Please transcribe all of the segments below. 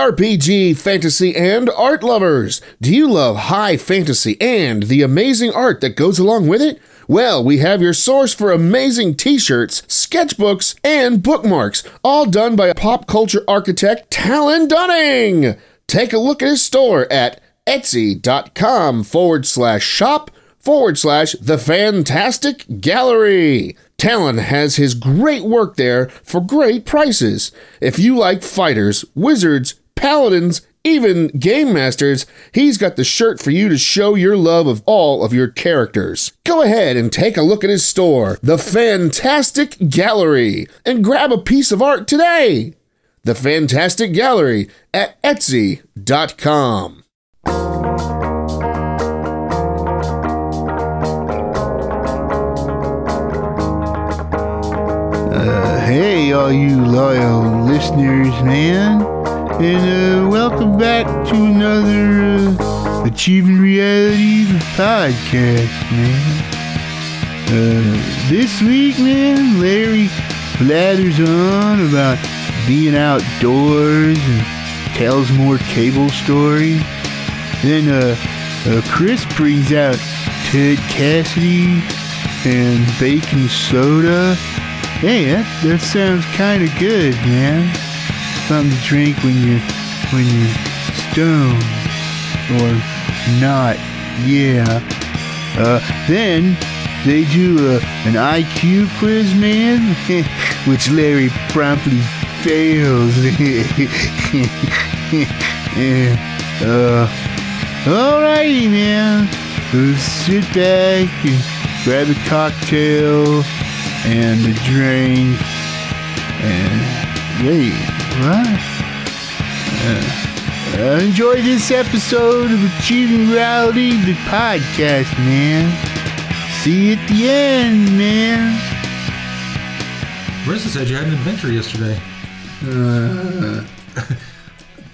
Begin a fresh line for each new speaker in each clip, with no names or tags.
JRPG, fantasy, and art lovers. Do you love high fantasy and the amazing art that goes along with it? Well, we have your source for amazing t shirts, sketchbooks, and bookmarks, all done by pop culture architect Talon Dunning. Take a look at his store at etsy.com forward slash shop forward slash the fantastic gallery. Talon has his great work there for great prices. If you like fighters, wizards, paladins, even game masters, he's got the shirt for you to show your love of all of your characters. Go ahead and take a look at his store, The Fantastic Gallery, and grab a piece of art today. The Fantastic Gallery at Etsy.com.
Uh, hey, all you loyal listeners, man. And uh, welcome back to another uh, Achieving Reality podcast, man. Uh, this week, man, Larry blathers on about being outdoors and tells more cable stories. Then uh, uh, Chris brings out Ted Cassidy and bacon soda. Hey, that, that sounds kind of good, man. Something to drink when you when you stoned or not. Yeah. Uh, then they do uh, an IQ quiz, man, which Larry promptly fails. Yeah. uh, alrighty, man. Uh, sit back and grab a cocktail and a drink and wait, what? Uh, uh, enjoy this episode of Achieving Reality, the podcast, man. See you at the end, man.
Marissa said you had an adventure yesterday. Uh, No,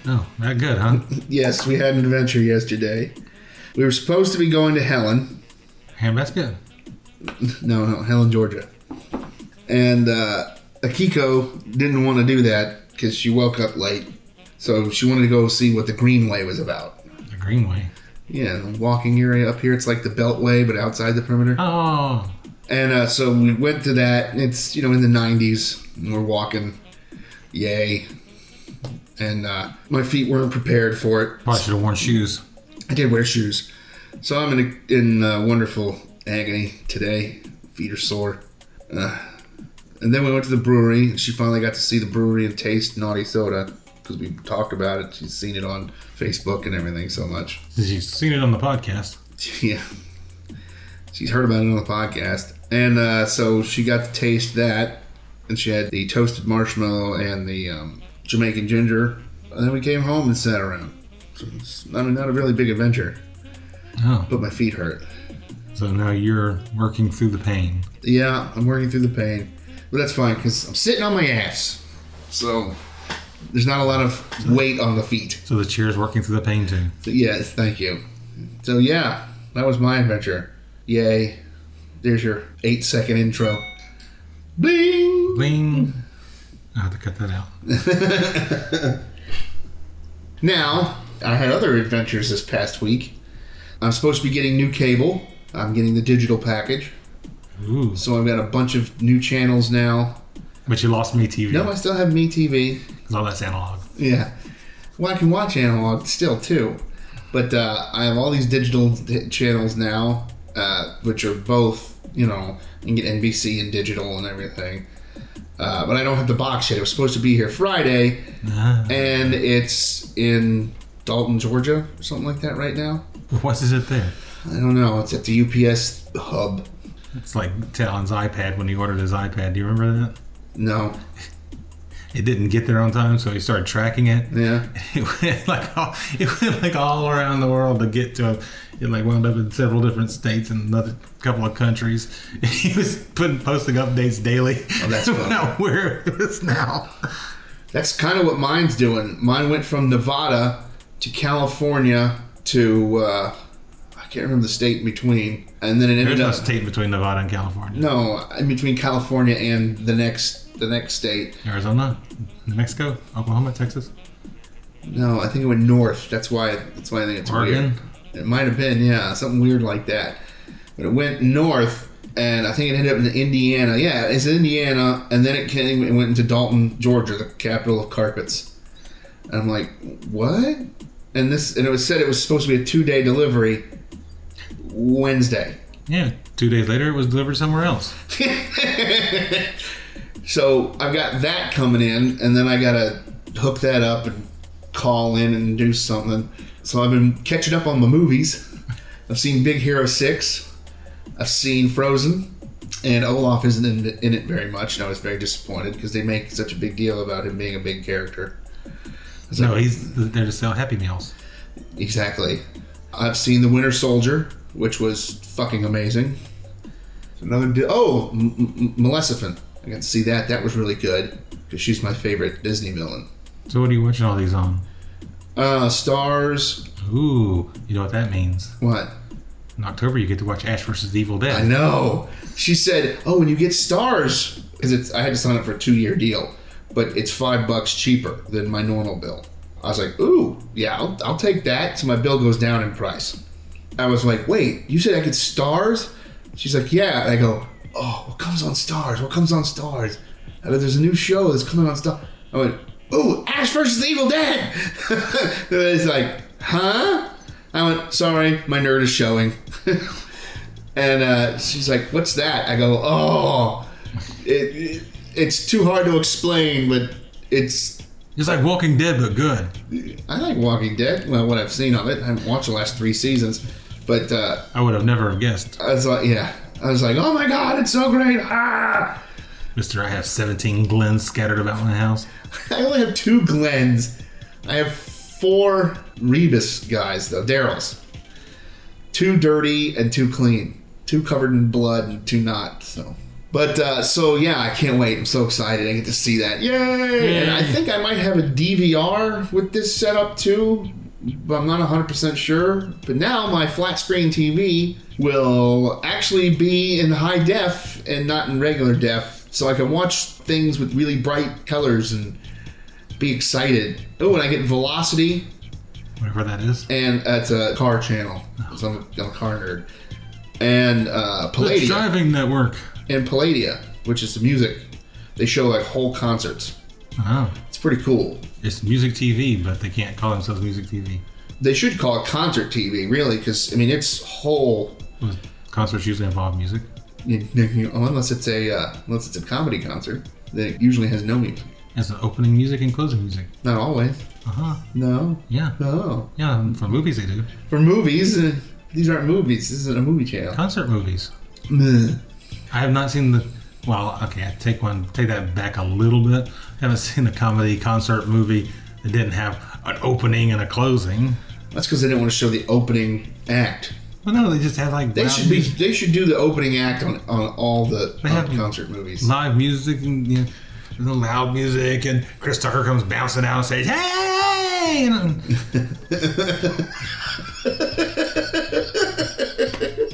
Oh, not good, huh?
Yes, we had an adventure yesterday. We were supposed to be going to Helen.
Handbasket?
No, no, Helen, Georgia. And uh, Akiko didn't want to do that because she woke up late. So she wanted to go see what the Greenway was about.
The Greenway.
Yeah, the walking area up here. It's like the Beltway, but outside the perimeter.
Oh,
And uh, so we went to that. It's you know in the '90s. And we're walking, yay! And uh, my feet weren't prepared for it.
probably should have worn shoes.
I did wear shoes, so I'm in a, in uh wonderful agony today. Feet are sore. Uh, and then we went to the brewery, and she finally got to see the brewery and taste naughty soda because we talked about it. She's seen it on Facebook and everything so much.
You've seen it on the podcast.
Yeah. She's heard about it on the podcast. And uh, so she got to taste that. And she had the toasted marshmallow and the um, Jamaican ginger. And then we came home and sat around. So it's, I mean, not a really big adventure,
Oh,
but my feet hurt.
so now you're working through the pain.
Yeah, I'm working through the pain. But that's fine because I'm sitting on my ass. So there's not a lot of weight on the feet.
So the chair's working through the pain too.
Yes, thank you. So yeah, that was my adventure. Yay. There's your eight second intro. Bling!
Bling. I have to cut that out.
Now, I had other adventures this past week. I'm supposed to be getting new cable. I'm getting the digital package.
Ooh.
So I've got a bunch of new channels now.
But you lost me TV.
No, I still have Me TV.
Because all that's analog.
Yeah. Well, I can watch analog still too, but uh, I have all these digital t- channels now, uh, which are both you know you can get NBC and digital and everything. Uh, but I don't have the box yet. It was supposed to be here Friday,
Ah.
and it's in Dalton, Georgia, or something like that right now.
what is it there?
I don't know. It's at the UPS hub.
It's like Talon's iPad when he ordered his iPad. Do you remember that?
No.
It didn't get there on time, so he started tracking it.
Yeah.
it went like all, it went like all around the world to get to him. It like wound up in several different states and another couple of countries. He was putting posting updates daily.
Oh, that's funny.
Now where it is now.
That's kind of what mine's doing. Mine went from Nevada to California to uh, I can't remember the state in between, and then it ended
There's no
up
state between Nevada and California.
no in between California and the next the next state.
Arizona, New Mexico, Oklahoma, Texas.
No, I think it went north. That's why. That's why I think it's
Oregon?
weird. It might have been, yeah, something weird like that. But it went north, and I think it ended up in Indiana. Yeah, it's Indiana, and then it came. It went into Dalton, Georgia, the capital of carpets. And I'm like, what? And this, and it was said it was supposed to be a two day delivery. Wednesday.
Yeah, two days later, it was delivered somewhere else.
So I've got that coming in, and then I gotta hook that up and call in and do something. So I've been catching up on my movies. I've seen Big Hero Six. I've seen Frozen, and Olaf isn't in, in it very much, and I was very disappointed because they make such a big deal about him being a big character.
No, he's there to sell Happy Meals.
Exactly. I've seen The Winter Soldier, which was fucking amazing. Another di- oh, M- M- Maleficent. I got to see that. That was really good because she's my favorite Disney villain.
So what are you watching all these on?
Uh, stars.
Ooh, you know what that means.
What?
In October, you get to watch Ash versus the Evil
I
Dead.
know. She said, "Oh, when you get stars, because it's I had to sign up for a two-year deal, but it's five bucks cheaper than my normal bill." I was like, "Ooh, yeah, I'll, I'll take that." So my bill goes down in price. I was like, "Wait, you said I get stars?" She's like, "Yeah." And I go, "Oh, what comes on stars? What comes on stars?" I go, "There's a new show that's coming on stars." I went, "Ooh, Ash versus the Evil Dead." and it's like, "Huh?" I went, "Sorry, my nerd is showing." And uh, she's like, "What's that?" I go, "Oh, it, it, it's too hard to explain, but it's
It's like Walking Dead, but good.
I like Walking Dead. Well, what I've seen of it, I haven't watched the last three seasons, but uh,
I would have never have guessed,
I was like, yeah, I was like, oh my god, it's so great! Ah,
Mister. I have 17 glens scattered about my house.
I only have two Glens. I have four Rebus guys though, Daryl's. Two dirty and two clean. Two covered in blood and two not. So, but uh, so yeah, I can't wait. I'm so excited. I get to see that. Yay! And I think I might have a DVR with this setup too, but I'm not 100 percent sure. But now my flat screen TV will actually be in high def and not in regular def, so I can watch things with really bright colors and be excited. Oh, and I get Velocity,
Whatever that is.
and that's a car channel. So I'm, a- I'm a car nerd. And uh,
The
Palladia,
driving network.
and Palladia, which is the music. They show like whole concerts.
Oh,
It's pretty cool.
it's music TV, but they can't call themselves music TV.
They should call it concert TV, really, because I mean it's whole.
Well, Concerts usually involve music.
Unless it's a uh, unless it's a comedy concert, then it usually has no music.
It's an opening music and closing music.
Not always.
Uh huh.
No,
Yeah.
no.
Yeah. and For movies, they do
For movies, uh, these aren't movies. This isn't a movie channel.
concert movies.
Meh.
I have not seen the. Well, okay, I take one, take that back a little bit. I haven't seen a comedy concert movie that didn't have an opening and a closing.
That's because they didn't want to show the opening act.
Well, no, they just have like
They
loud
should be.
music-
They should do the opening act on, on all the
They
on
have-
concert movies.
live music and you know, the loud music, and Chris Tucker comes bouncing out and says, "Hey!" And With,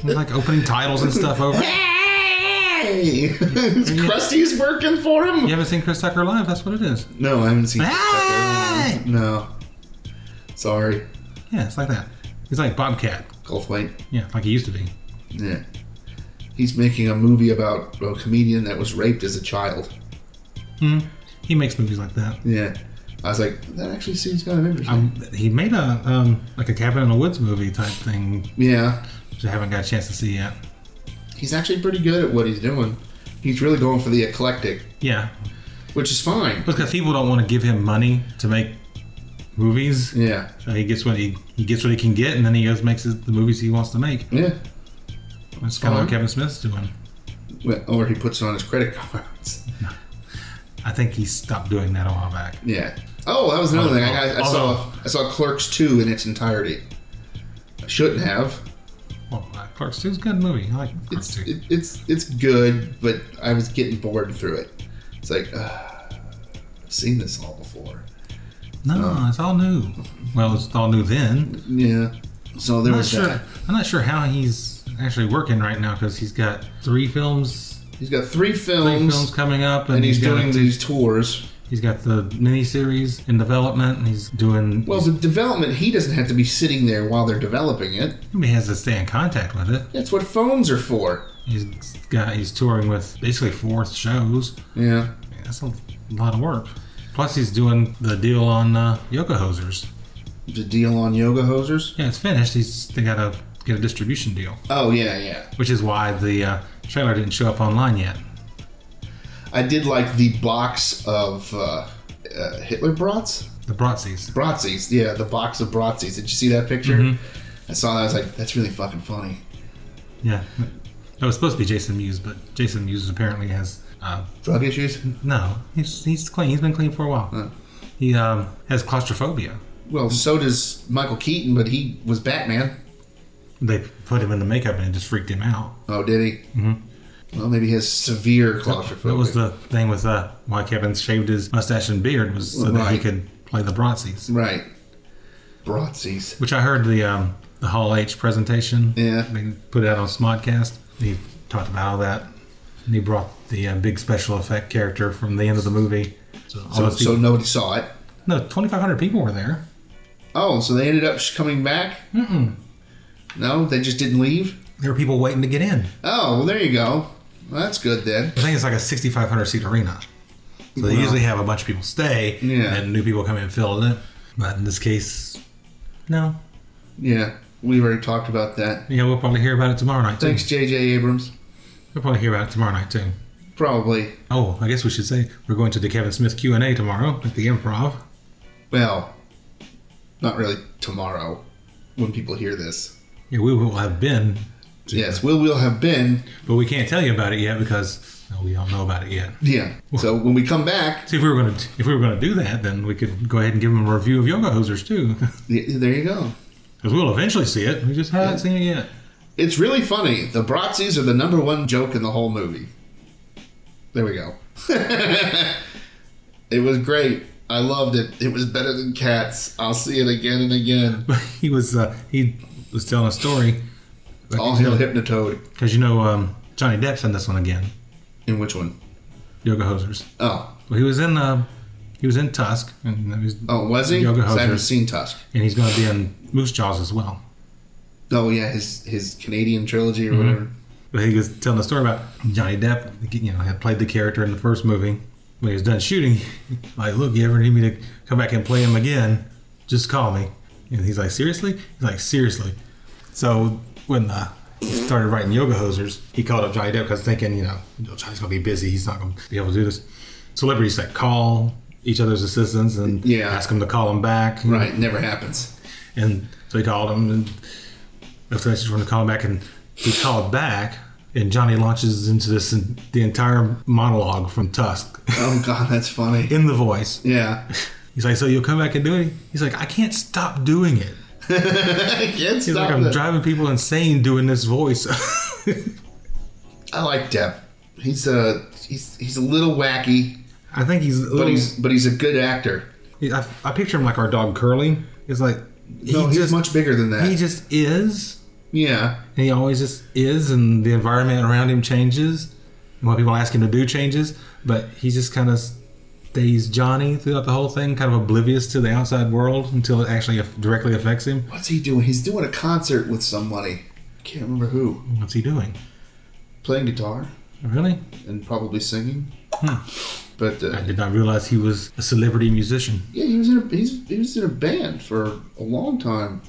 like opening titles and stuff over. it.
Hey, Krusty's working for him.
You haven't seen Chris Tucker live? That's what it is.
No, I haven't seen.
Hey!
No, sorry,
Yeah, it's like that. He's like Bobcat.
Golf White.
Yeah, like he used to be.
Yeah, he's making a movie about a comedian that was raped as a child.
He makes movies like that.
Yeah, I was like, that actually seems kind of interesting.
Um, he made a um, like a cabin in the woods movie type thing,
yeah,
which I haven't got a chance to see yet.
he's actually pretty good at what he's doing. He's really going for the eclectic,
Yeah,
which is fine.
because people don't want to give him money to make movies.
Yeah,
So Uh, he gets what he, he gets what he can get, and then he goes and makes his, the movies he wants to make.
yeah.
That's kind
fine.
of what Kevin Smith's doing.
Well, Or he puts it on his credit cards.
I think he stopped doing that a while back.
Yeah. Oh, that was another thing. I, I, I saw
Although-
I saw Clerks two in its entirety. I shouldn't have.
Well, uh, Clark's two's a good movie. I like Clark's
It's
two.
it, it's it's good, but I was getting bored through it. It's like uh, I've seen this all before.
No,
uh,
it's all new. Well, it's all new then.
Yeah. So there
I'm not
was
sure.
that.
I'm not sure how he's actually working right now because he's got three films,
He's got three films,
three films coming up, and,
and he's
got a-
doing these tours.
He's got the miniseries in development, and he's doing.
Well,
Well,
the development, he doesn't have to be sitting there while they're developing it.
he has to stay in contact with it.
That's what phones are for.
He's got he's touring with basically four shows.
Yeah.
I mean, that's a lot of work. Plus, he's doing the deal on uh, Yoga Hosers.
The deal on yoga hosers?
Yeah, it's finished. He's they got to get a distribution deal,
Oh, yeah, yeah.
which is why the uh, trailer didn't show up online yet.
I did like the box of uh, uh, Hitler brats.
The Bratzies.
Bratzies, yeah, the box of Bratzies. Did you see that picture?
Mm-hmm.
I saw that. I was like, that's really fucking funny.
Yeah, it was supposed to be Jason Mewes, but Jason Mewes apparently has uh,
Drug issues?
no. He's he's clean. He's been clean for a while. He um, has claustrophobia.
Well, so does Michael Keaton, but he was Batman.
They put him in the makeup and it just freaked him out.
Oh, did he? Mm-hmm. Well, maybe he has severe claustrophobia.
That was the thing with uh, why Kevin shaved his mustache and beard was so that he
Right.
could play the Bratzies.
right. Bratzies.
Which I heard the um, the Hall H presentation.
Yeah.
they put it out on Smodcast. He talked about all that. And he brought the uh, big special effect character from the end of the movie. So, all
So,
those people-
so nobody saw it.
no, 2,500 people were there.
Oh, so they ended up sh- coming back? Mm-mm. No, they just didn't leave?
There were people waiting to get in.
Oh, well, there you go. Well, that's good then.
I think it's like a 6,500 seat arena. So they usually have a bunch of people stay,
Yeah.
and new people come in and fill it in. But in this case, no.
Yeah, we already talked about that.
Yeah, we'll probably hear about it tomorrow night. Too.
Thanks, J.J. Abrams.
We'll probably hear about it tomorrow night too.
Probably.
Oh, I guess we should say we're going to the Kevin Smith Q and A tomorrow at the Improv.
Well, not really tomorrow when people hear this.
Yeah, we will have been,
Yes, Will will have been.
but we can't tell you about it yet because no, we don't know about it yet.
Yeah. So when we come back,
See, if we were going to if we were going to do that, then we could go ahead and give them a review of Yoga Hosers too, because
y- there you go.
we'll eventually see it. We just haven't seen it yet.
It's really funny. The Bratzies are the number one joke in the whole movie. There we go. it was great. I loved it. It was better than Cats. I'll see it again and again.
But he was uh, he was telling a story
All hail Hypnotoad.
because you know um, Johnny Depp's in this one again,
In which one?
Yoga Hosers.
Oh.
Well, he was in uh, he was in Tusk, and he was,
Oh, was he?
Yoga
'Cause I haven't
Hosers.
seen Tusk.
and he's going to be in Moose Jaws as well.
Oh, yeah, his, his Canadian trilogy or whatever.
But he was telling a story about Johnny Depp, you know, had played the character in the first movie. When he was done shooting, like, look, you ever need me to come back and play him again, just call me. And he's like, seriously? He's like, seriously. So when uh, he started writing Yoga Hosers, he called up Johnny Depp because thinking, you know, you know, Johnny's going to be busy. He's not going to be able to do this. Celebrities like call each other's assistants and
Yeah.
ask them to call him back. you know,
Right, never happens.
and so he called him, and that's when I just wanted to call him back, and he called back, and Johnny launches into this the entire monologue from Tusk
Oh, God, that's funny.
in the voice.
Yeah.
He's like, "So you'll come back and do it?" He's like, "I can't stop doing it."
I can't
He's
stop
like, "I'm
that.
driving people insane doing this voice."
I like Depp. He's a he's he's a little wacky,
I think he's, a little,
but he's but he's a good actor.
I, I picture him like our dog Curly. He's like,
No,
he
he's
just
much bigger than that.
he just is.
yeah,
And he always just is, and the environment around him changes, and what people ask him to do changes. But he just kind of stays Johnny throughout the whole thing, kind of oblivious to the outside world until it actually aff- directly affects him.
what's he doing? He's doing a concert with somebody. Can't remember who.
What's he doing?
Playing guitar
Really?
and probably singing. But
Hmm. I
uh,
did not realize he was a celebrity musician.
yeah, he was in a, he's, he was in a band for a long time.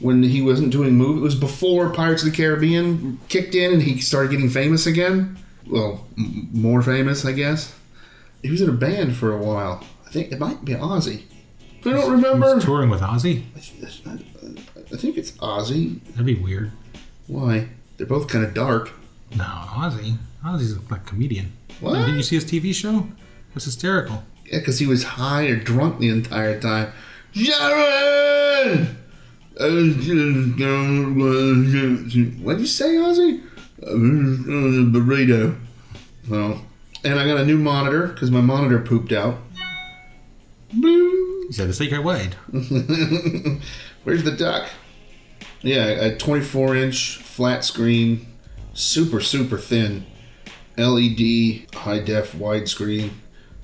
When he wasn't doing movies, it was before Pirates of the Caribbean kicked in and he started getting famous again. Well, m- more famous, I guess. He was in a band for a while. I think it might be Ozzy. I don't
He
remember.
was touring with Ozzy.
I think it's Ozzy.
That'd be weird.
Why? They're both kind of dark.
No, Ozzy. Ozzy's a like, comedian.
What?
Didn't you see his TV show? It's hysterical.
Yeah, because he was high or drunk the entire time. Sharon! What'd you say, Ozzy? Uh, Burrito. Well, and I got a new monitor because my monitor pooped out. Bloom.
He said the secret word.
Where's the duck? Yeah, a 24 inch flat screen, E super, super thin LED, high def widescreen,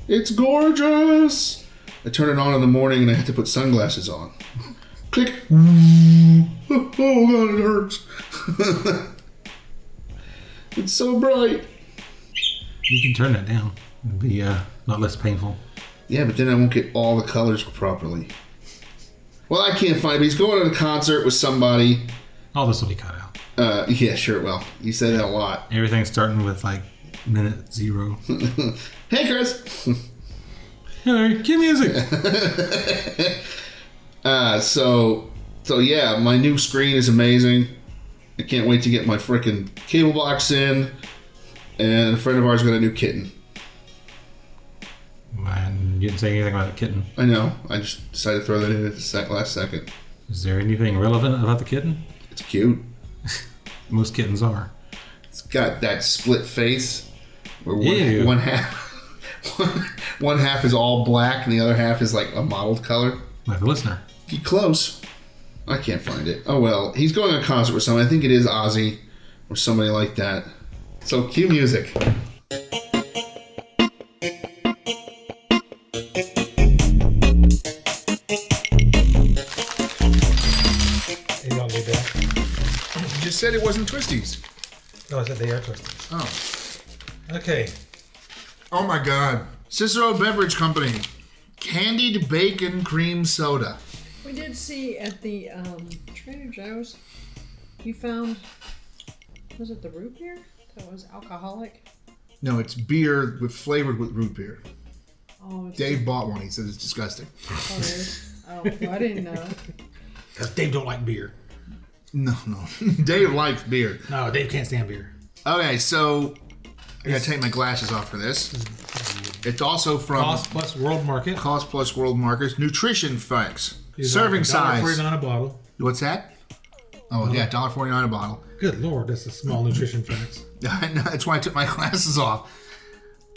It's gorgeous. I turn it on in the morning and I have to put sunglasses on. Click. Oh god, it hurts. it's so bright.
You can turn that down. It'll be uh, a lot less painful.
Yeah, but then I won't get all the colors properly. Well, I can't find it. But he's going to a concert with somebody.
All this will be cut out.
Uh, yeah, sure. Well, you say that a lot.
Everything's starting with like minute zero.
Hey, Chris.
Hillary, cue music.
Uh, so, so yeah, my new screen is amazing. I can't wait to get my freaking cable box in. And a friend of ours got a new kitten.
Man, you didn't say anything about the kitten.
I know. I just decided to throw that in at the sec- last second.
Is there anything relevant about the kitten?
It's cute.
Most kittens are.
It's got that split face where
Ew.
one, one half one, one half is all black and the other half is like a mottled color.
Like the listener.
He close. I can't find it. Oh well, he's going to a concert with someone. I think it is Ozzy or somebody like that. So cue music.
You don't need that.
You just said it wasn't Twisties.
No, I said they are twisted.
Oh,
Okay.
oh my God! Cicero Beverage Company, candied bacon cream soda.
We did see at the um, Trader Joe's, you found, was it the root beer that was alcoholic?
No, it's beer with flavored with root beer.
Oh, it's
Dave bought one. He says it's disgusting.
hilarious. Oh, well, I didn't know.
Because Dave don't like beer.
No, no. Dave likes beer.
No, Dave can't stand beer.
Okay, so I gotta take my glasses off for this. It's also from
Cost plus world market.
Cost Plus World Markets Nutrition Facts.
is
Serving
like
size.
$1.49 a bottle.
What's that? Oh yeah, dollar forty nine a bottle.
Good lord, that's a small nutrition facts.
No, That's why I took my glasses off.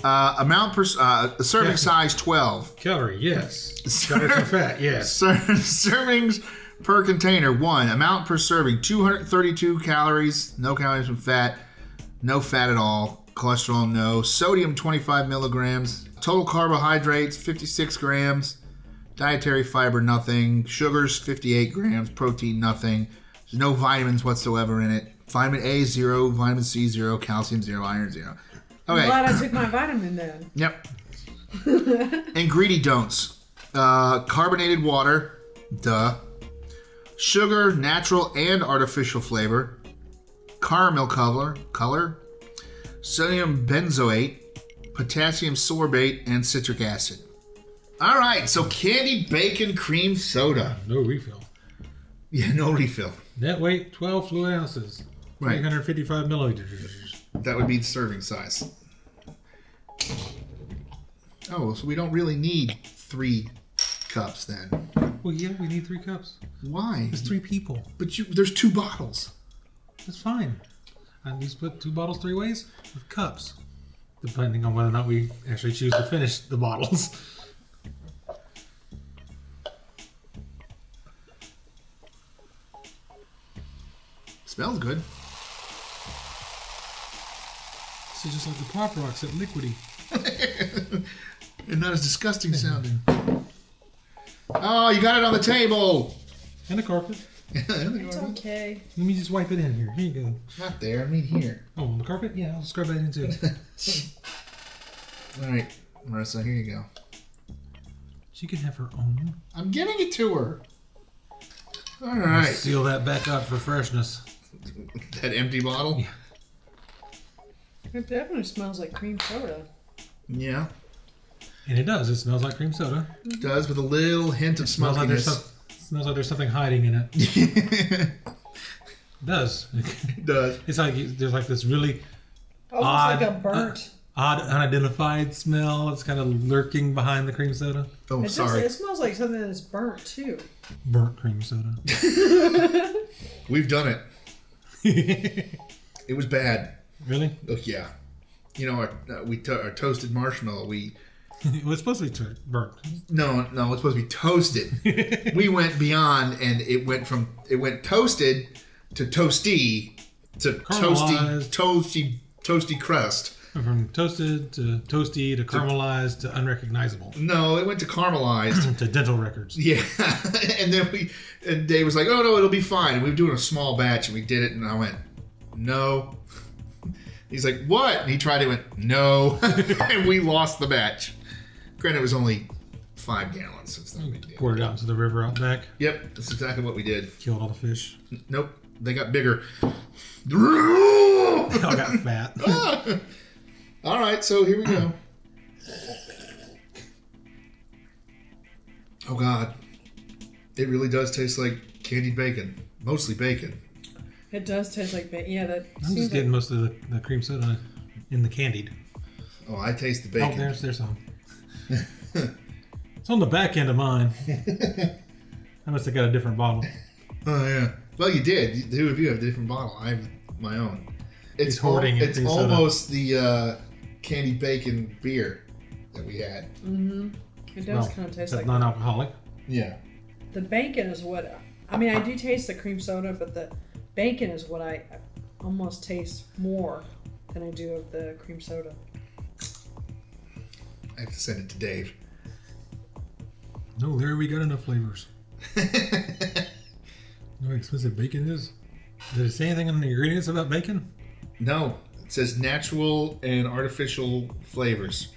Uh, amount per uh, serving
Yeah.
size twelve.
Calorie, yes. Calories and
Ser-
fat, yes.
ser- servings per container one. Amount per serving two hundred thirty two calories. No calories from fat. No fat at all. Cholesterol no. Sodium twenty five milligrams. Total carbohydrates fifty six grams. Dietary fiber nothing. Sugars fifty eight grams. Protein nothing. There's no vitamins whatsoever in it. Vitamin A zero. Vitamin C zero. Calcium zero. Iron zero.
I'm
Okay.
glad I took my vitamin then.
Yep. and greedy don'ts. Uh, carbonated water, duh. Sugar, natural and artificial flavor. Caramel color, color. Sodium benzoate, potassium sorbate, and citric acid. All right, so candy bacon cream soda.
No refill.
Yeah, no refill.
Net weight 12 fluid ounces.
Right.
355 milliliters.
That would be the serving size. Oh, so we don't really need three cups then.
Well, yeah, we need three cups.
Why?
It's three people.
But you, there's two bottles.
That's fine. At least put two bottles three ways with cups, depending on whether or not we actually choose to finish the bottles.
Smells good.
So just like the Pop Rocks at liquidy.
And not as disgusting sounding. Oh, you got it on the table.
And the carpet.
It's okay.
Let me just wipe it in here. Here you go.
Not there, I mean here.
Oh, on the carpet? Yeah, I'll scrub that in too.
All right, Marissa, here you go.
she can have her own.
I'm giving it to her. All right.
Seal that back up for freshness.
That empty bottle?
It definitely smells like cream soda.
Yeah.
And it does. It smells like cream soda.
It does with a little hint of
smells like there's some,
smokiness.
smells like there's something hiding in it. it
it
does.
does.
It's like you- there's like this really
Almost
Odd. Uh,
like a burnt.
odd, unidentified smell. It's kind of lurking behind the cream soda.
Oh,
it, just,
sorry.
it smells like something that's burnt too.
Burnt cream soda.
We've done it. It was bad.
really?
Oh, yeah. You know, our, uh, we to- our toasted marshmallow, we
it was supposed to be tur- burnt.
No, no, it's supposed to be toasted. we went beyond, and it went from it went toasted to toasty to toasty
Caramelized.
toasty toasty crust.
From toasted to toasty to caramelized to unrecognizable
No, it went to caramelized.
to dental records.
yeah, and then we and Dave was like, "Oh no, it'll be fine." And we were doing a small batch, and we did it, and I went, "No." He's like, "What?" And he tried it, went, "No," and we lost the batch. Granted, it was only five gallons, so it's not a big deal.
Poured it out into the river out back.
Yep, that's exactly what we did.
Killed all the fish.
Nope, they got bigger.
They all got fat.
All right, so here we go. Oh God, it really does taste like candied bacon, mostly bacon.
It does taste like bacon. Yeah, that
I'm
seems
just getting most of the, the cream soda in the candied.
Oh, I taste the
Oh,
bacon.
there's there's some. it's on the back end of mine. I must have got a different bottle.
Oh yeah. Well, you did. You- The two of you have a different bottle. I have my own. It's
He's hoarding
al-
it,
It's
he's on a-
almost the uh, candied bacon beer that we had.
It does
Well,
kind of taste
that's
like
non-alcoholic.
Yeah.
the bacon is what I mean. I do taste the cream soda, but the bacon is what I almost taste more than I do of the cream soda.
I have to send it to Dave.
No, Larry, we got enough flavors. You know how expensive bacon is? Did it say anything on the ingredients about bacon?
no, it says natural and artificial flavors,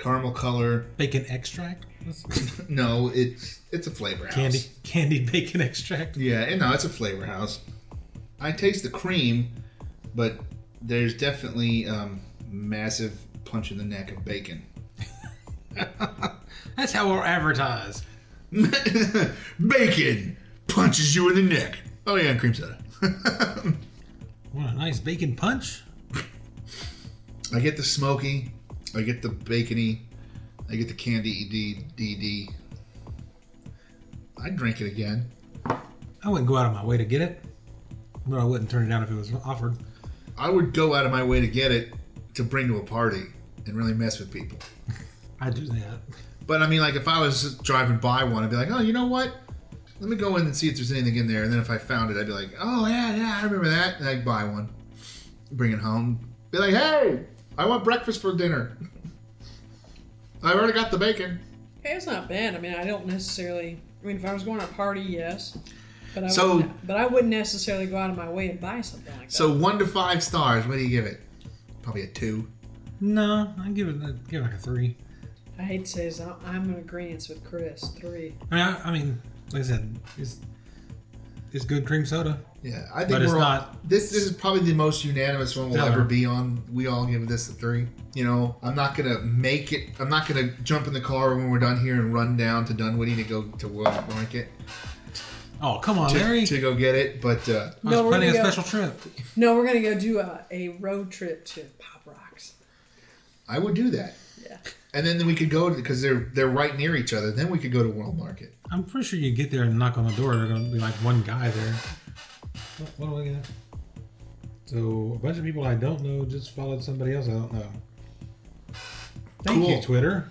caramel color.
Bacon extract? That's-
No, it's it's a flavor house.
candy, candied bacon extract.
Yeah, and no, it's a flavor house. I taste the cream, but there's definitely um, massive punch in the neck of bacon.
That's how we're advertised.
bacon punches you in the neck. Oh yeah, and cream soda.
What a nice bacon punch.
I get the smoky, I get the bacony, I get the candy ed dd. I'd drink it again.
I wouldn't go out of my way to get it, but I wouldn't turn it down if it was offered.
I would go out of my way to get it to bring to a party and really mess with people.
I do that.
But I mean, like if I was driving by one, I'd be like, oh, you know what? Let me go in and see if there's anything in there. And then if I found it, I'd be like, oh yeah, yeah, I remember that. And I'd buy one, bring it home, be like, hey, I want breakfast for dinner. I already got the bacon.
Hey, it's not bad. I mean, I don't necessarily. I mean, if I was going to a party, yes, but I
So-
wouldn't, but I wouldn't necessarily go out of my way and buy something like that.
So one to five stars. What do you give it? Probably a two.
No, I give it I'd give it like a three.
I hate to say this, I- I'm in agreement with Chris. Three.
I mean, I, I mean, like I said, it's it's good cream soda.
Yeah, I think
But it's
we're all-
not-
this. This is probably the most unanimous one we'll
No.
ever be on. We all give this a three. You know, I'm not gonna make it. I'm not gonna jump in the car when we're done here and run down to Dunwoody to go to William Blanket
Oh, come on,
to,
Larry!
to go get it. But uh,
I was
No, we're
planning a
gonna go-
special trip.
No, we're gonna go do a, a road trip to Pop Rocks.
I would do that.
Yeah.
And then, then we could go because they're they're right near each other. Then we could go to World Market.
I'm pretty sure you get there and knock on the door, there's gonna be like one guy there. What, what do I get? So a bunch of people I don't know just followed somebody else I don't know. Thank you,
Cool.
Twitter.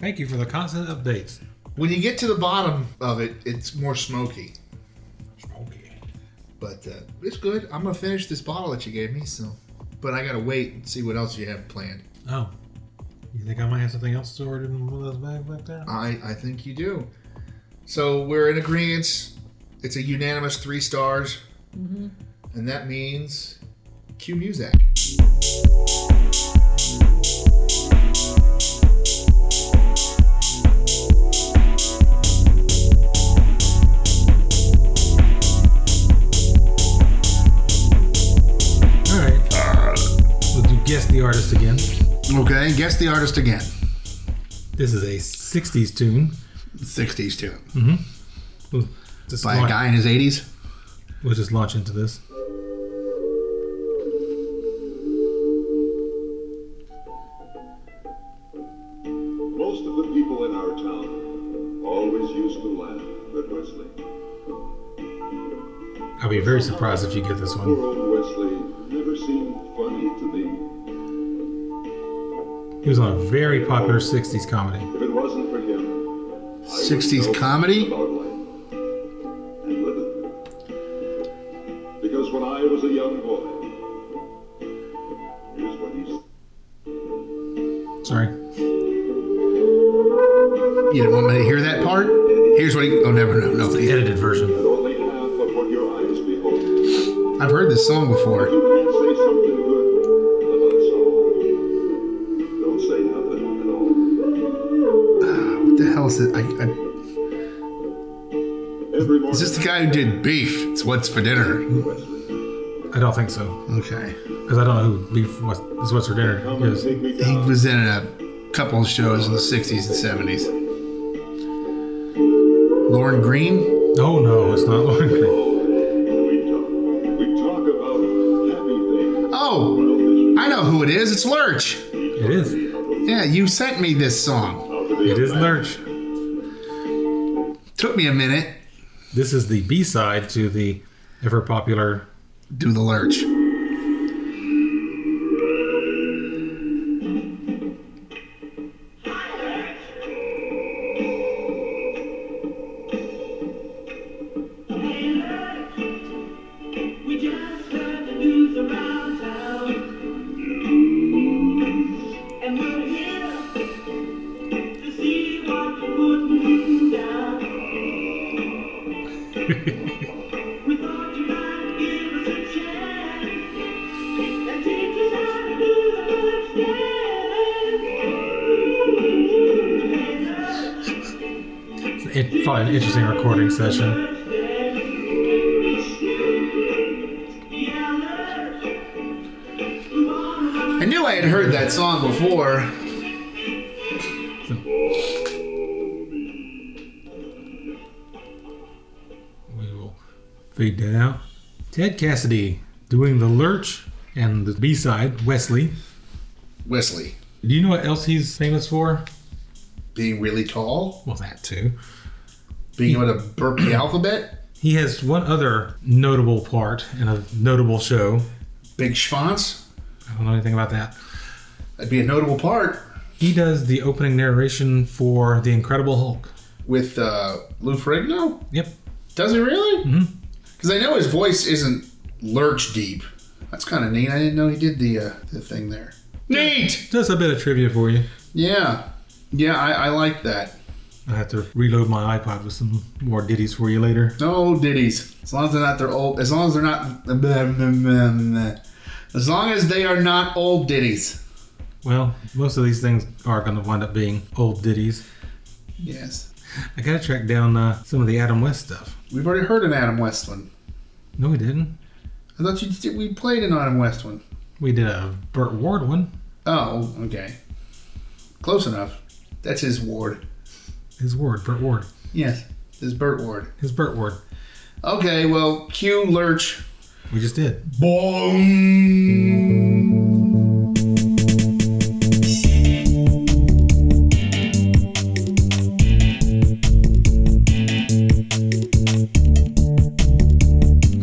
Thank you for the constant updates.
When you get to the bottom of it, it's more smoky,
Smoky.
but uh, it's good. I'm gonna finish this bottle that you gave me. So, but I gotta wait and see what else you have planned.
Oh, you think I might have something else stored in one of those bags like that?
I, I think you do. So we're in agreement. It's a unanimous three stars. And that means cue music.
All right. We'll do guess the artist again.
Okay, guess the artist again.
This is a '60s tune.
60s too.
We'll just
By a
launch-
guy in his 80s.
We'll just launch into this.
Most of the people in our town always used to laugh at Wesley.
I'll be very surprised if you get this
Poor
one.
old Wesley never seemed funny to me.
He was on a very popular '60s comedy.
If it wasn't for him, I would
60s
know
comedy?
about life and live it. Because when I was a young boy, here's what he said.
Sorry.
You didn't want me to hear that part? Here's what he. Oh, never, no, no.
Edited version.
Only half of what your eyes behold.
I've heard this song before.
You can't say something good about someone. Don't
What
say nothing at all.
the hell is it? I, I,
Every morning,
is this the guy who did beef? It's what's for dinner.
I don't think so.
Okay.
Because I don't know who Beef what, is What's for Dinner is.
take me
He
down.
was in a couple of shows in the 60s and 70s. Lauren Green?
Oh no, it's not Lauren Green.
We talk. We talk about happy things.
Oh,
Well, this
I know who it is. It's Lurch.
It is.
Yeah, you sent me this song.
out of the
It is Lurch.
Took me a minute.
This is the B side to the ever popular.
Do the Lurch.
We just heard the news around town. And we're here to see what you're putting down. we thought you might give us a chance and teach us how to do the first dance.
It, probably an interesting recording session.
I knew I had heard that song before.
We will fade that out. Ted Cassidy doing the Lurch and the B side, Wesley.
Wesley.
Do you know what else he's famous for?
Being really tall?
Well, that too.
Being able to burp the alphabet?
He has one other notable part in a notable show.
Big schwanz?
I don't know anything about that.
That'd be a notable part
He does the opening narration for The Incredible Hulk.
with uh, Lou Ferrigno?
Yep.
Does he really? Because I know his voice isn't lurch deep. That's kind of neat. I didn't know he did the uh, the thing there. Neat.
Just a bit of trivia for you.
Yeah, yeah, I, I like that.
I have to reload my iPod with some more ditties for you later.
No ditties. As long as they're not their old. As long as they're not. As long as they are not old ditties.
Well, most of these things are going to wind up being old ditties.
Yes,
I got to track down uh, some of the Adam West stuff.
we've already heard an Adam West one.
No, we didn't.
I thought you did, we played an Adam West one.
We did a Burt Ward one.
Oh, okay. Close enough. That's his ward.
His Ward, Burt Ward.
Yes, his Burt ward.
His Burt Ward.
Okay, well, cue lurch.
We just did.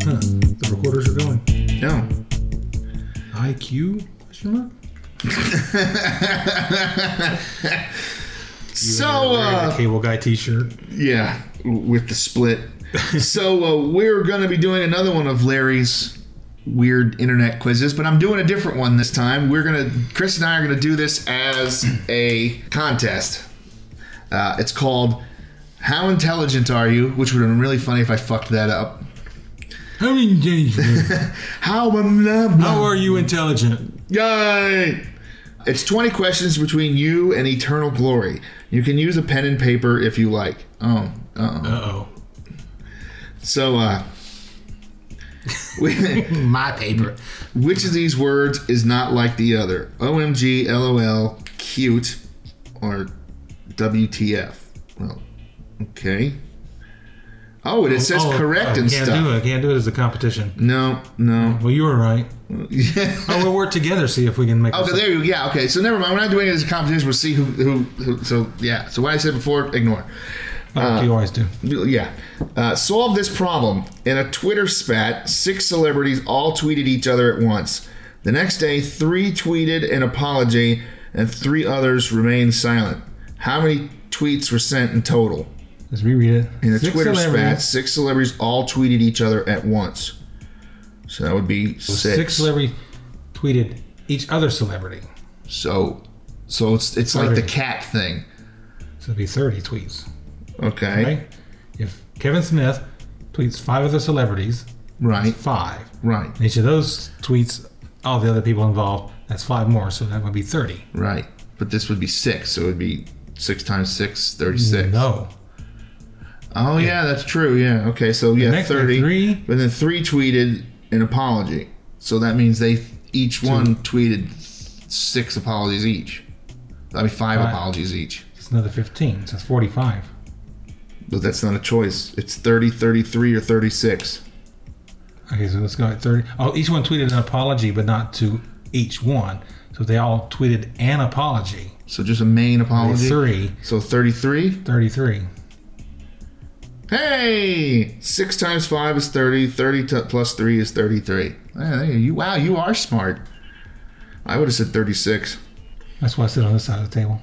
Huh. The recorders are going.
No.
IQ? Question mark?
So,
Wearing
uh,
a cable guy T-shirt.
yeah, with the split. so, uh, we're going to be doing another one of Larry's weird internet quizzes, but I'm doing a different one this time. We're going to, Chris and I are going to do this as a contest. Uh, it's called How Intelligent Are You? Which would have been really funny if I fucked that up.
How intelligent?
How, blah, blah.
How are you intelligent?
Yay! It's 20 questions between you and eternal glory. You can use a pen and paper if you like. Oh, uh oh.
Uh oh.
So, uh. whi-
My paper.
Which of these words is not like the other? OMG, LOL, cute, or WTF? Well, okay. Oh, and it says correct and
can't
stuff.
do it. Can't do it as a competition.
No, no.
Well, you were right.
Yeah.
Oh, we'll work together. See if we can make.
Okay,
this-
there you go. Yeah, okay. So never mind. We're not doing it as a competition. We'll see who, who, who. So, yeah. So, what I said before, ignore.
Like you always do.
Yeah. Uh, solve this problem. In a Twitter spat, six celebrities all tweeted each other at once. The next day, three tweeted an apology and three others remained silent. How many tweets were sent in total?
Let's reread it.
In a
Six
Twitter spat,
celebrities,
six celebrities all tweeted each other at once. So that would be
Six
six.
celebrities tweeted each other celebrity.
so So it's it's like the
Sorry.
cat thing.
So it'd be 30 tweets,
Okay.
right? If Kevin Smith tweets five other celebrities,
Right.
five.
Right.
And each of those tweets, all the other people involved, that's five more, so that would be 30.
Right. But this would be six, so it would be six times six, 36.
No.
Oh, yeah, that's true. Yeah. Okay, so yeah,
next
30.
three-
But then three tweeted an apology. So that means they each one tweeted six apologies each. I mean, five
Right.
apologies each.
It's another 15, so it's 45.
But that's not a choice. It's 30, 33, or 36.
Okay, so let's go at 30. Oh, each one tweeted an apology, but not to each one. So they all tweeted an apology.
So just a main apology.
Three.
So 33.
33.
Hey! Six times five is 30. 30 t- plus three is 33. Yeah, there you, wow, you are smart. I would have said 36.
That's why I sit on this side of the table.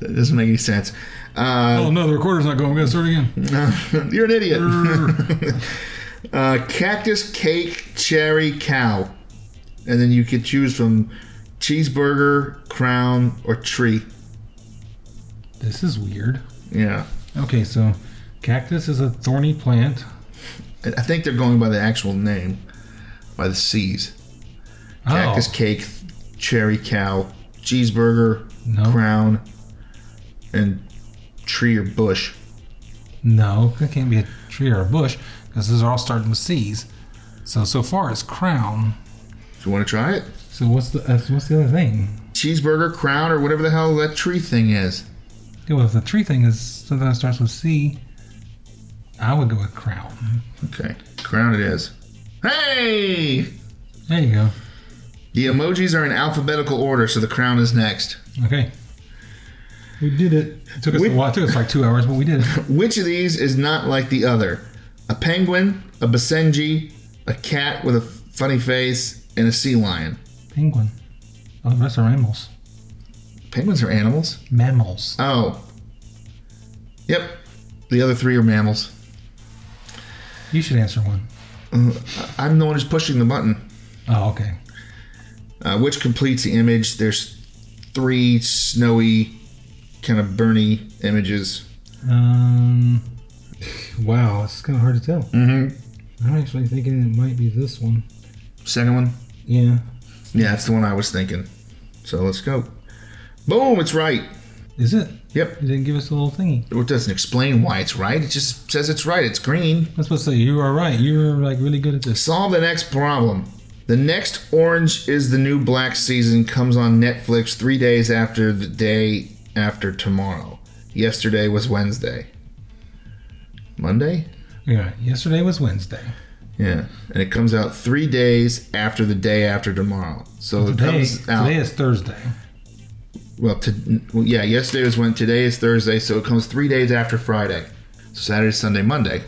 That doesn't make any sense.
oh, no, the recorder's not going. We're going to start again.
You're an idiot. uh, cactus cake cherry cow. And then you could choose from cheeseburger, crown, or tree.
This is weird.
Yeah.
Okay, so cactus is a thorny plant.
I I think they're going by the actual name, by the C's.
Oh,
Cactus cake, cherry cow, cheeseburger,
no,
crown, and tree or bush.
no, that can't be a tree or a bush because those are all starting with C's. So so far it's crown.
Do you want to try it?
So what's the uh, what's the other thing?
Cheeseburger, crown, or whatever the hell that tree thing is.
Yeah, well, if the tree thing is something that starts with C, I would go with crown.
Okay, crown it is. Hey!
There you go.
The emojis are in alphabetical order, so the crown is next.
Okay, we did it. It took us
We-
a while. It took us like two hours, but we did it.
Which of these is not like the other? A penguin, a basenji, a cat with a funny face, and a sea lion.
Penguin. Oh, the rest are animals.
Penguins are animals?
Mammals.
Oh. Yep. The other three are mammals.
You should answer one.
I'm the one who's pushing the button.
Oh, okay.
uh, which completes the image. There's three snowy, kind of burny images.
Um. Wow, it's kind of hard to tell. Mm-hmm. I'm actually thinking it might be this one.
Second one,
Yeah.
yeah, that's the one I was thinking. So let's go. Boom, it's right.
Is it?
Yep.
You didn't give us a little thingy.
It doesn't explain why it's right. It just says it's right. It's green.
That's what I say. You are right. You're like really good at this.
Solve the next problem. The next Orange is the New Black season comes on Netflix three days after the day after tomorrow. Yesterday was Wednesday. Monday?
Yeah. Yesterday was Wednesday.
Yeah, and it comes out three days after the day after tomorrow. So it
Today,
comes out.
today is Thursday.
well, to, well, yeah, yesterday was when today is Thursday, so it comes three days after Friday. So Saturday, Sunday, Monday.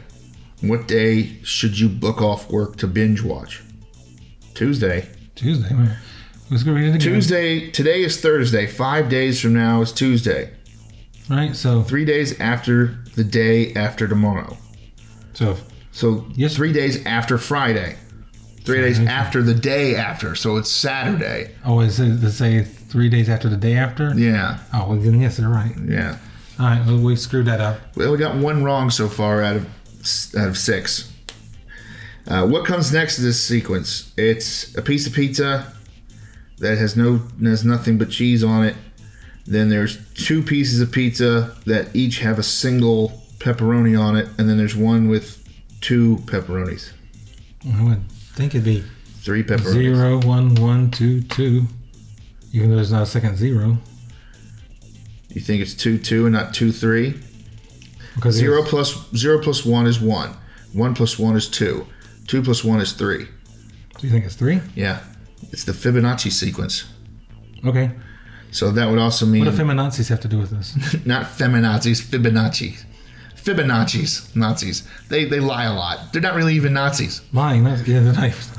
What day should you book off work to binge watch? Tuesday.
Tuesday. Wait, Let's go read it again.
Tuesday. Today is Thursday. Five days from now is Tuesday.
Right. So
Three days after the day after tomorrow.
so
So
Yes.
three days after Friday. Three days
Saturday.
after the day after. So it's Saturday.
oh, is it to say three days after the day after?
Yeah.
Oh, well, then yes, they're right.
Yeah.
All right. Well, we screwed that up.
We only got one wrong so far out of out of six. Uh, what comes next to this sequence? It's a piece of pizza that has no has nothing but cheese on it. Then there's two pieces of pizza that each have a single pepperoni on it, and then there's one with two pepperonis,
I would think it'd be
three pepperonis.
Zero, one, one, two, two. Even though there's not a second zero.
You think it's two two and not two three?
Because
Zero
there's-
plus zero plus one is one. One plus one is two. Two plus one is three.
Do you think it's three?
Yeah, it's the Fibonacci sequence.
Okay.
So that would also mean
What do feminazis have to do with this?
not feminazis, Fibonacci. Fibonacci's, Nazis. They they lie a lot. They're not really even Nazis.
Lying. That's, yeah, the knife.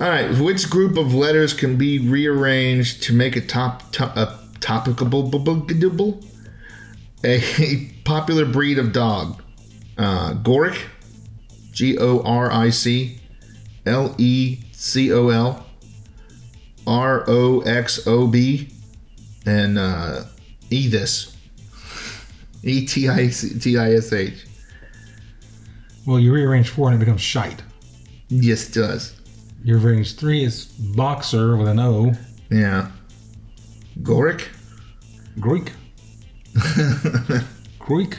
All right, which group of letters can be rearranged to make a top to, a topicable bu- bu- double? a, popular breed of dog? Uh, Goric, G O R I C, L E C O L, R O X O B, and uh, E this. E T I T I S H.
Well, you rearrange four and it becomes shite.
Yes, it does.
You rearrange three is boxer with an O.
Yeah. Goric?
Greek. Greek.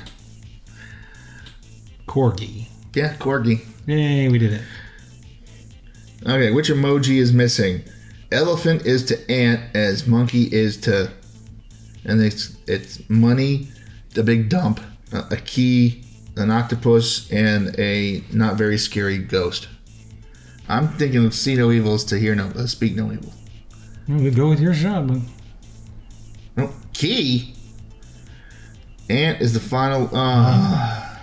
Corgi.
Yeah, Corgi.
Yay, we did it.
Okay, which emoji is missing? Elephant is to ant as monkey is to. And it's, it's money, the big dump, a, a key, an octopus, and a not very scary ghost. I'm thinking of see no evils to hear no, uh, speak no evil.
Well, we go with your shot, but
No, key? Ant is the final. Uh,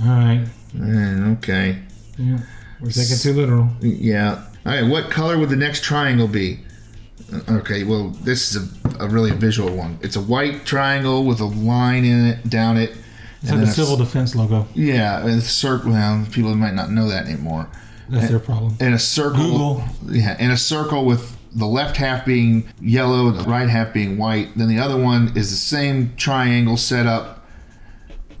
all right.
man, okay.
Yeah, we're taking too literal.
Yeah. All right. What color would the next triangle be? Uh, Okay. Well, this is a, a really visual one. It's a white triangle with a line in it down it.
It's like
then
the
a
civil defense logo.
Yeah, and a circle. Well, people might not know that anymore.
That's their problem.
And a circle.
Google.
Yeah, and a circle with the left half being yellow and the right half being white. Then the other one is the same triangle setup,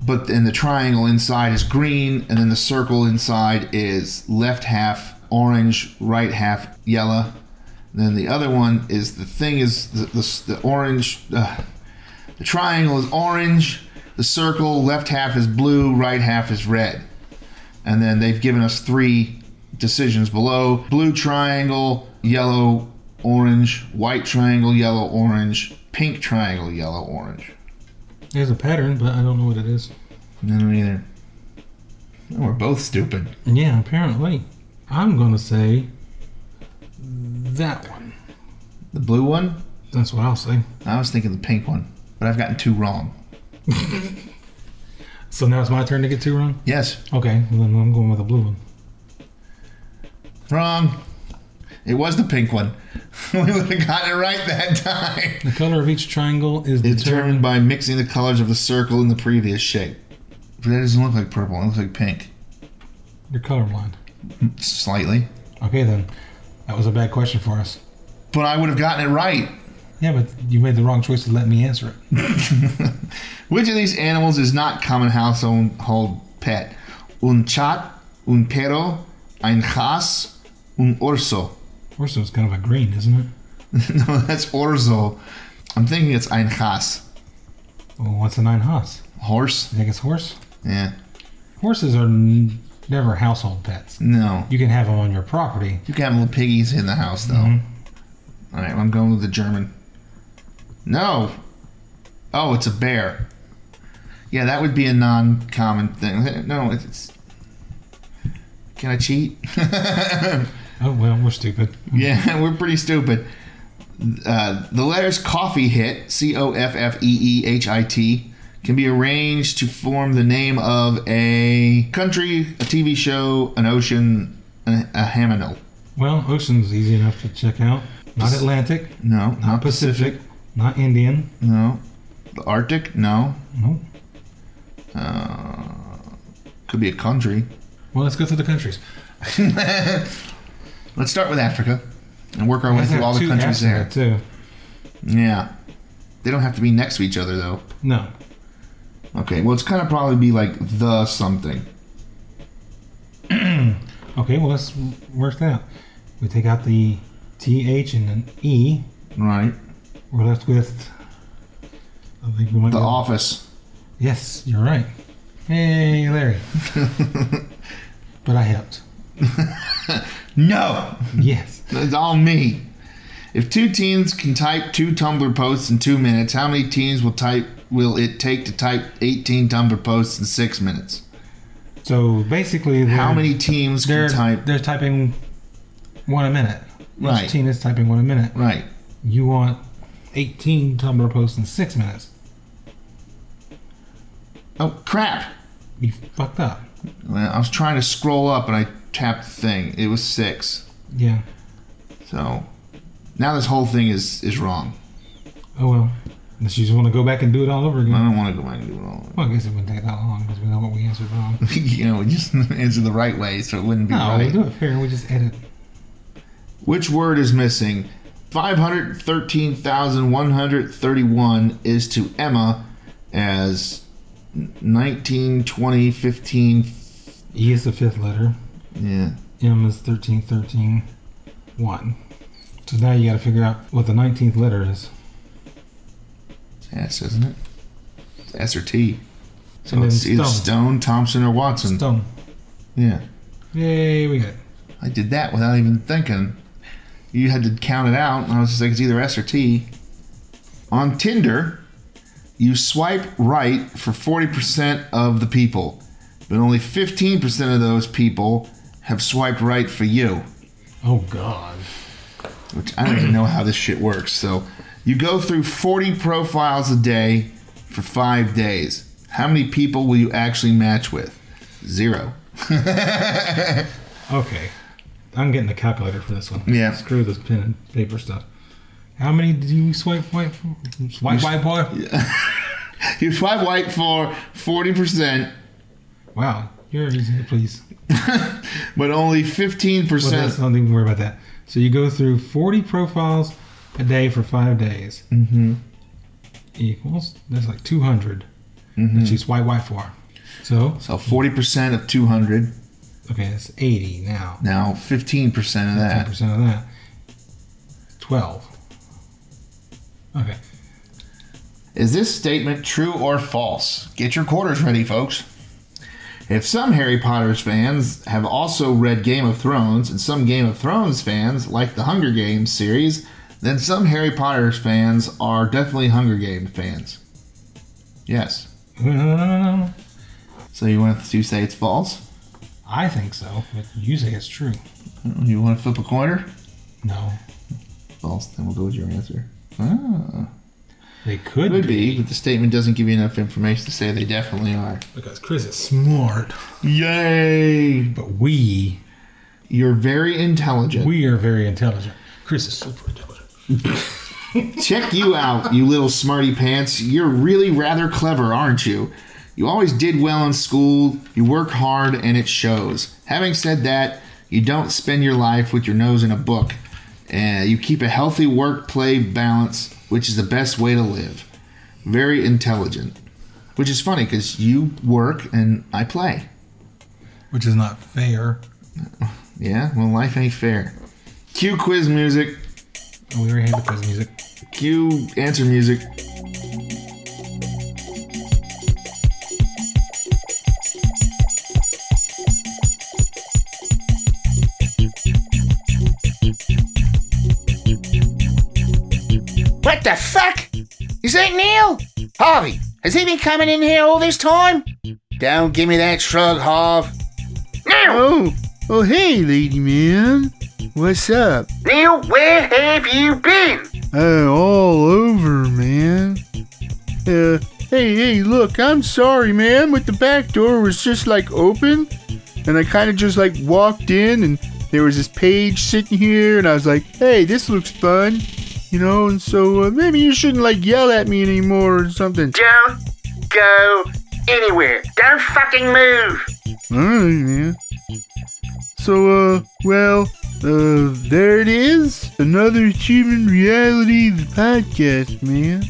but then the triangle inside is green, and then the circle inside is left half orange, right half yellow. Then the other one is the thing is the, the, the orange. Uh, the triangle is orange. The circle left half is blue, right half is red. And then they've given us three decisions below blue triangle, yellow, orange, white triangle, yellow, orange, pink triangle, yellow, orange.
There's a pattern, but I don't know what it is.
No, no, either. No, we're both stupid.
And yeah, apparently, I'm gonna say that one.
The blue one?
That's what I'll say.
I was thinking the pink one, but I've gotten two wrong.
So now it's my turn to get two wrong.
Yes,
Okay, well, then I'm going with the blue one.
wrong. It was the pink one. we would have gotten it right that time.
The color of each triangle is determined.
determined by mixing the colors of the circle in the previous shape. But that doesn't look like purple. It looks like pink,
You're colorblind.
slightly.
Okay, then. That was a bad question for us.
But I would have gotten it right.
Yeah, but you made the wrong choice to let me answer it.
Which of these animals is not common household pet? Un chat, un perro, ein has, un orso.
Orso's kind of a green, isn't it?
no, that's orzo. I'm thinking it's ein has.
Well, what's a nine Haas?
Horse?
You think it's horse?
Yeah.
Horses are n- never household pets.
No.
You can have them on your property.
You can have little piggies in the house, though. All right, I'm going with the German. No. Oh, it's a bear. Yeah, that would be a non-common thing. No, it's. Can I cheat?
Oh, well, we're stupid.
yeah, we're pretty stupid. Uh, the letters coffee hit C O F F E E H I T can be arranged to form the name of a country, a TV show, an ocean, a, a hamino.
Well, ocean's easy enough to check out. Not Atlantic,
No, not
not Pacific, not Indian.
No. The Arctic? No.
Nope.
Could be a country.
Well, let's go through the countries.
Let's start with Africa and work our way through all the countries there.
too.
Yeah. They don't have to be next to each other, though.
No,
Okay, well, it's kind of probably be like the something.
Okay, well, let's work that out. We take out the TH and an E.
Right.
We're left with. I think we might
The
go-
office.
Yes, you're right. Hey, Larry. but I helped.
No!
Yes.
It's all me. If two teens can type two Tumblr posts in two minutes, how many teens will type will it take to type 18 Tumblr posts in six minutes?
So basically, they're,
How many teams
They're
can type?
they're typing one a minute.
Right.
Each team is typing one a minute.
Right.
You want 18 Tumblr posts in six minutes.
Oh, crap!
You fucked up.
Well, I was trying to scroll up and I tapped the thing. It was six.
Yeah.
So now this whole thing is is wrong.
Oh well. Unless you just want to go back and do it all over again.
I don't want to go back and do it all.
Well, I guess it wouldn't take that long because we know what we answered wrong.
over. you know, just answer the right way, so it wouldn't be
No, we
right.
do it fair. We just edit.
Which word is missing? 513,131 is to Emma as 19, 20, 15.
E is the fifth letter.
Yeah.
M is 13, 13, 1. So now you got to figure out what the 19th letter is.
S, isn't it? It's S or T. So
And
it's
then
either
Stone.
Stone, Thompson, or Watson.
Stone.
Yeah.
Yay, we got it.
I did that without even thinking. You had to count it out, and I was just like, it's either S or T. On Tinder, you swipe right for 40% of the people, but only 15% of those people have swiped right for you,
Oh, God.
which I don't even know how this shit works. So you go through 40 profiles a day for five days. How many people will you actually match with? Zero.
Okay. I'm getting a calculator for this one.
Yeah.
Screw this pen and paper stuff. How many did you swipe, swipe, swipe, swipe, boy?
You swipe right for 40%.
Wow, you're easy to please.
but only 15%
Well, that's not even worry about that. So you go through 40 profiles a day for five days. Mm-hmm. Equals that's like 200 that you swipe white for. So
so 40% Uh, of 200
okay, it's 80 now.
now 15% of
Ten
that
percent of that. 12. Okay.
is this statement true or false get your quarters ready folks if some harry potter's fans have also read game of thrones and some game of thrones fans like the hunger games series then some harry potter's fans are definitely hunger games fans yes
No, no, no, no, no.
so you want to say it's false
I think so, but you say it's true.
you want to flip a quarter
No,
false then we'll go with your answer ah.
they could,
Could
be.
be, but the statement doesn't give you enough information to say they definitely are.
because Chris is smart,
Yay!
but we
You're very intelligent.
we are very intelligent. Chris is super intelligent.
Check you out, you little smarty pants. You're really rather clever, aren't you? You always did well in school, you work hard, and it shows. Having said that, you don't spend your life with your nose in a book. Uh, you keep a healthy work play balance, which is the best way to live. Very intelligent. Which is funny because you work and I play.
Which is not fair.
Yeah, well, life ain't fair. Cue quiz music.
Oh, we already had the quiz music.
Cue answer music.
What the fuck? Is that Neil? Harvey, has he been coming in here all this time? Don't give me that shrug, Harv. Neil!
Oh, oh, hey, lady man. What's up?
Neil, where have you been?
Uh, all over, man. Uh, hey, hey, look, I'm sorry, man, but the back door was just like open, and I kind of just like walked in, and there was this page sitting here, and I was like, hey, this looks fun, you know, and so uh, maybe you shouldn't like yell at me anymore or something.
Don't go anywhere. Don't fucking move.
Alright, man. So, uh, well, uh, there it is. Another human reality of the podcast, man.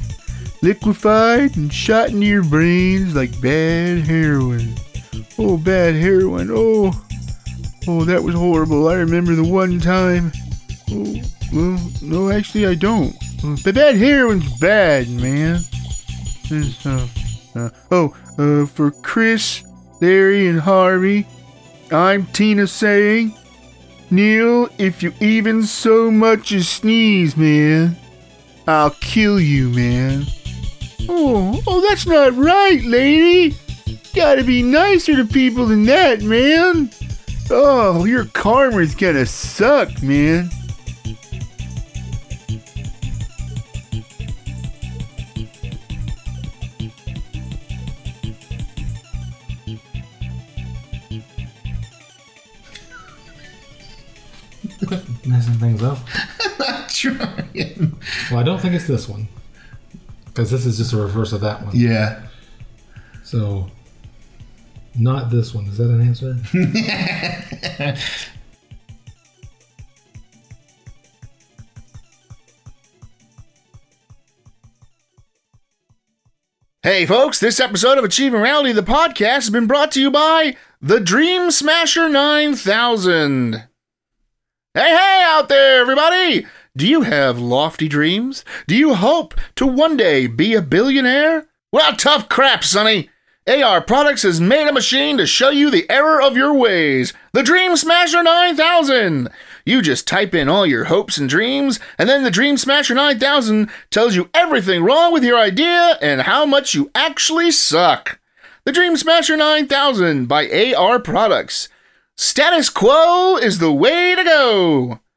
Liquefied and shot into your brains like bad heroin. Oh, bad heroin. Oh, oh, that was horrible. I remember the one time. Oh, well, no, actually, I don't. Uh, But bad heroin's bad, man. And so, uh, oh, uh, for Chris, Larry, and Harvey, I'm Tina saying, Neil, if you even so much as sneeze, man, I'll kill you, man. Oh, oh, that's not right, lady. Gotta be nicer to people than that, man. Oh, your karma's gonna suck, man.
Messing things up.
Trying.
Well, I don't think it's this one. Because this is just a reverse of that one.
Yeah.
So, not this one. Is that an answer?
Hey, folks, this episode of Achieving Reality, the podcast, has been brought to you by the Dream Smasher 9000. Hey, hey, out there, everybody! Do you have lofty dreams? Do you hope to one day be a billionaire? Well, tough crap, sonny. AR Products has made a machine to show you the error of your ways. The Dream Smasher 9000. You just type in all your hopes and dreams, and then the Dream Smasher 9000 tells you everything wrong with your idea and how much you actually suck. The Dream Smasher 9000 by AR Products. Status quo is the way to go.